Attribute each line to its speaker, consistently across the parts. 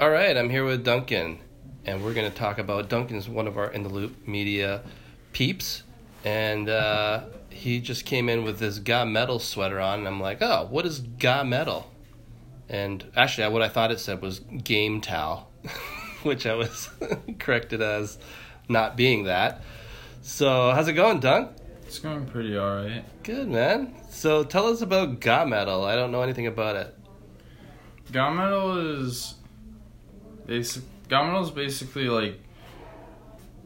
Speaker 1: All right, I'm here with Duncan, and we're going to talk about Duncan's one of our in the loop media peeps, and uh, he just came in with this Ga Metal sweater on, and I'm like, oh, what is Ga Metal? And actually, I- what I thought it said was Game Towel, which I was corrected as not being that. So, how's it going, Dunk?
Speaker 2: It's going pretty alright.
Speaker 1: Good, man. So, tell us about Ga Metal. I don't know anything about it.
Speaker 2: Gunmetal is basic. Gunmetal is basically like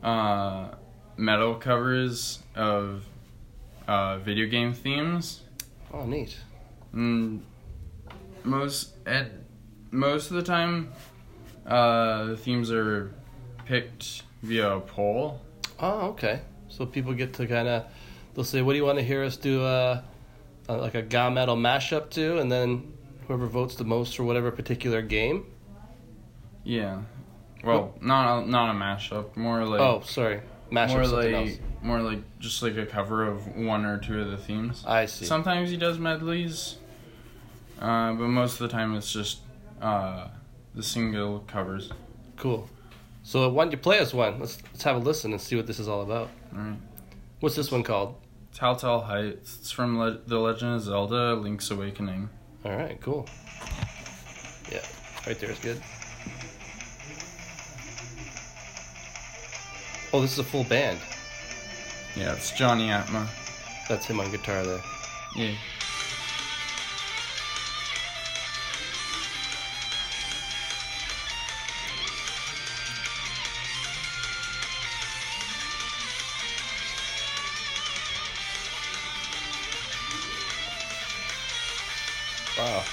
Speaker 2: uh, metal covers of uh, video game themes.
Speaker 1: Oh, neat.
Speaker 2: And most at most of the time, uh, the themes are picked via a poll.
Speaker 1: Oh, okay. So people get to kind of, they'll say, "What do you want to hear us do?" Uh, uh, like a ga metal mashup to, and then whoever votes the most for whatever particular game.
Speaker 2: Yeah. Well, not a, not a mashup. More like
Speaker 1: oh, sorry, mashup
Speaker 2: more
Speaker 1: something
Speaker 2: like
Speaker 1: else.
Speaker 2: more like just like a cover of one or two of the themes.
Speaker 1: I see.
Speaker 2: Sometimes he does medleys, uh, but most of the time it's just uh, the single covers.
Speaker 1: cool. So why don't you play us one? Let's let's have a listen and see what this is all about.
Speaker 2: Alright.
Speaker 1: What's this one called?
Speaker 2: Telltale Heights. It's from Le- The Legend of Zelda: Link's Awakening.
Speaker 1: All right, cool. Yeah, right there is good. Oh, this is a full band.
Speaker 2: Yeah, it's Johnny Atma.
Speaker 1: That's him on guitar there.
Speaker 2: Yeah.
Speaker 1: Wow.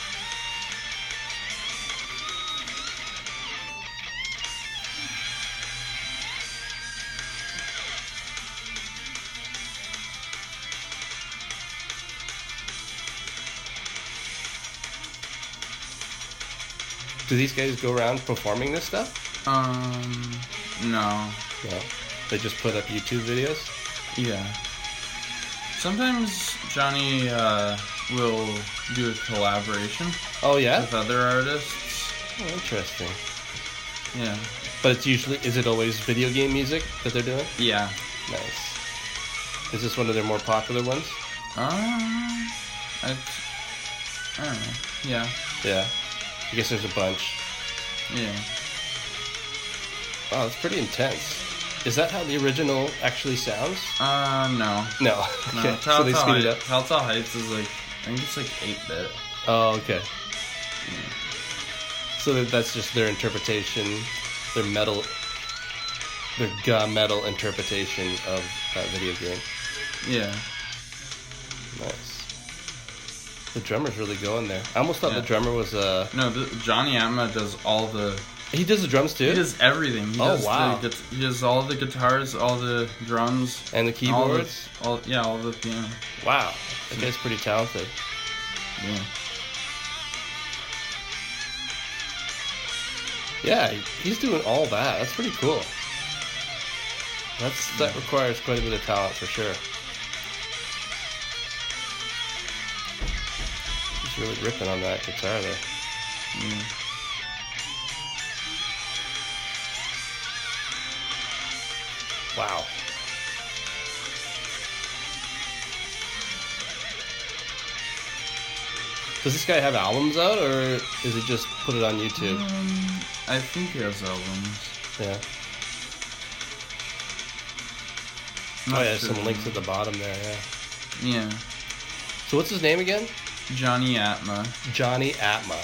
Speaker 1: Do these guys go around performing this stuff?
Speaker 2: Um. No.
Speaker 1: No. They just put up YouTube videos?
Speaker 2: Yeah. Sometimes Johnny uh, will do a collaboration
Speaker 1: Oh, yeah?
Speaker 2: with other artists.
Speaker 1: Oh, interesting.
Speaker 2: Yeah.
Speaker 1: But it's usually, is it always video game music that they're doing?
Speaker 2: Yeah.
Speaker 1: Nice. Is this one of their more popular ones?
Speaker 2: Um. I. I don't know. Yeah.
Speaker 1: Yeah. I guess there's a bunch.
Speaker 2: Yeah.
Speaker 1: Wow, that's pretty intense. Is that how the original actually sounds?
Speaker 2: Uh, no.
Speaker 1: No.
Speaker 2: No.
Speaker 1: okay,
Speaker 2: Telltale,
Speaker 1: so they speed it up.
Speaker 2: Heights- Telltale Heights is like, I think it's like 8 bit.
Speaker 1: Oh, okay. So that, that's just their interpretation, their metal, their ga metal interpretation of that video game.
Speaker 2: Yeah.
Speaker 1: Nice. The drummer's really going there. I almost thought
Speaker 2: Yeah.
Speaker 1: the drummer was Uh,
Speaker 2: No, th Johnny Atma does all the.
Speaker 1: he does the drums too,
Speaker 2: He does everything. He
Speaker 1: Oh,
Speaker 2: does
Speaker 1: wow.
Speaker 2: The, guit- he does all the guitars, all the drums,
Speaker 1: and the
Speaker 2: all the-
Speaker 1: keyboards.
Speaker 2: All, yeah, all the piano.
Speaker 1: Wow, that guy's pretty talented.
Speaker 2: Yeah.
Speaker 1: Yeah, he- he's doing all that. That's pretty cool. That's that requires quite a bit of talent for sure. He's really ripping on that guitar there.
Speaker 2: yeah.
Speaker 1: Wow. Does this guy have albums out, or is it just put it on YouTube?
Speaker 2: Um, I think he has albums.
Speaker 1: Yeah.
Speaker 2: I'm
Speaker 1: Oh
Speaker 2: not
Speaker 1: yeah, some
Speaker 2: sure.
Speaker 1: links at the bottom there. Yeah.
Speaker 2: Yeah.
Speaker 1: So what's his name again?
Speaker 2: Johnny Atma.
Speaker 1: Johnny Atma.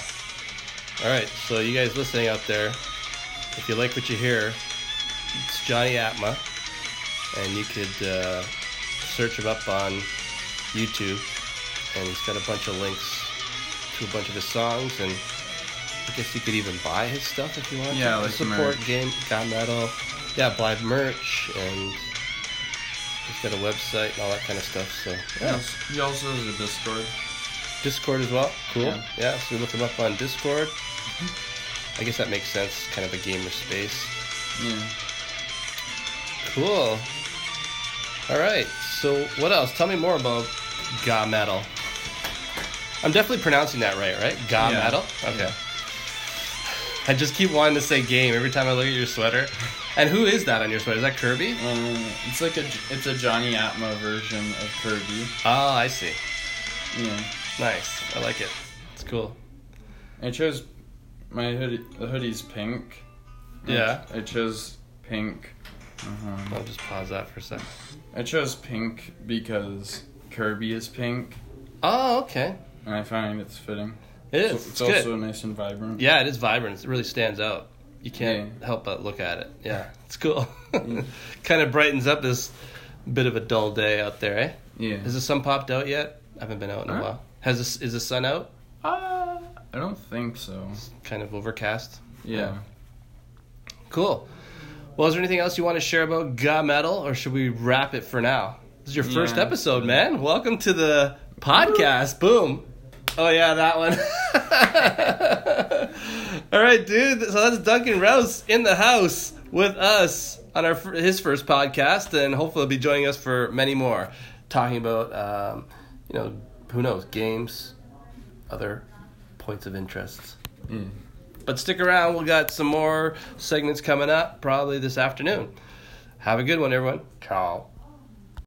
Speaker 1: All right, so you guys listening out there, if you like what you hear, it's Johnny Atma, and you could uh, search him up on YouTube, and he's got a bunch of links to a bunch of his songs, and I guess you could even buy his stuff if you want.
Speaker 2: Yeah,
Speaker 1: to
Speaker 2: like
Speaker 1: support
Speaker 2: merch.
Speaker 1: game got metal, yeah, buy merch, and he's got a website and all that kind of stuff. So
Speaker 2: He also- He also has a Discord.
Speaker 1: Discord as well. Cool. Yeah.
Speaker 2: Yeah.
Speaker 1: so we look them up on Discord. I guess that makes sense. Kind of a gamer space.
Speaker 2: Yeah.
Speaker 1: Cool. All right. So what else? Tell me more about Ga Metal. I'm definitely pronouncing that right, right? Ga
Speaker 2: Yeah.
Speaker 1: Metal. Okay. I just keep wanting to say game every time I look at your sweater. And who is that on your sweater? Is that Kirby?
Speaker 2: Um, it's like a it's a Johnny Atma version of Kirby.
Speaker 1: Ah, I see.
Speaker 2: Yeah,
Speaker 1: Nice. I like it. It's cool.
Speaker 2: I chose my hoodie. The hoodie's pink.
Speaker 1: Yeah.
Speaker 2: I chose pink. uh
Speaker 1: I'll just pause that for a second.
Speaker 2: I chose pink because Kirby is pink,
Speaker 1: Oh, okay.
Speaker 2: and I find it's fitting.
Speaker 1: It is.
Speaker 2: So
Speaker 1: It's,
Speaker 2: it's
Speaker 1: good.
Speaker 2: also nice and vibrant.
Speaker 1: Yeah, it is vibrant. It really stands out. You can't help but look at it. Yeah, it's cool. kind of brightens up this bit of a dull day out there, eh?
Speaker 2: Yeah.
Speaker 1: Has the sun popped out yet? I haven't been out in a
Speaker 2: Huh?
Speaker 1: while. Has this, is the sun out?
Speaker 2: Uh, I don't think so.
Speaker 1: It's kind of overcast.
Speaker 2: Yeah.
Speaker 1: Cool. Well, is there anything else you want to share about Ga Metal, or should we wrap it for now? This is your first
Speaker 2: Yeah.
Speaker 1: episode, man. Welcome to the podcast. Boom. Oh yeah, that one. All right, dude. So that's Duncan Rouse in the house with us on our fir- his first podcast, and hopefully he'll be joining us for many more, talking about um, you know who knows games, other points of interest.
Speaker 2: Mm.
Speaker 1: But stick around, we got some more segments coming up probably this afternoon. Have a good one, everyone. Ciao.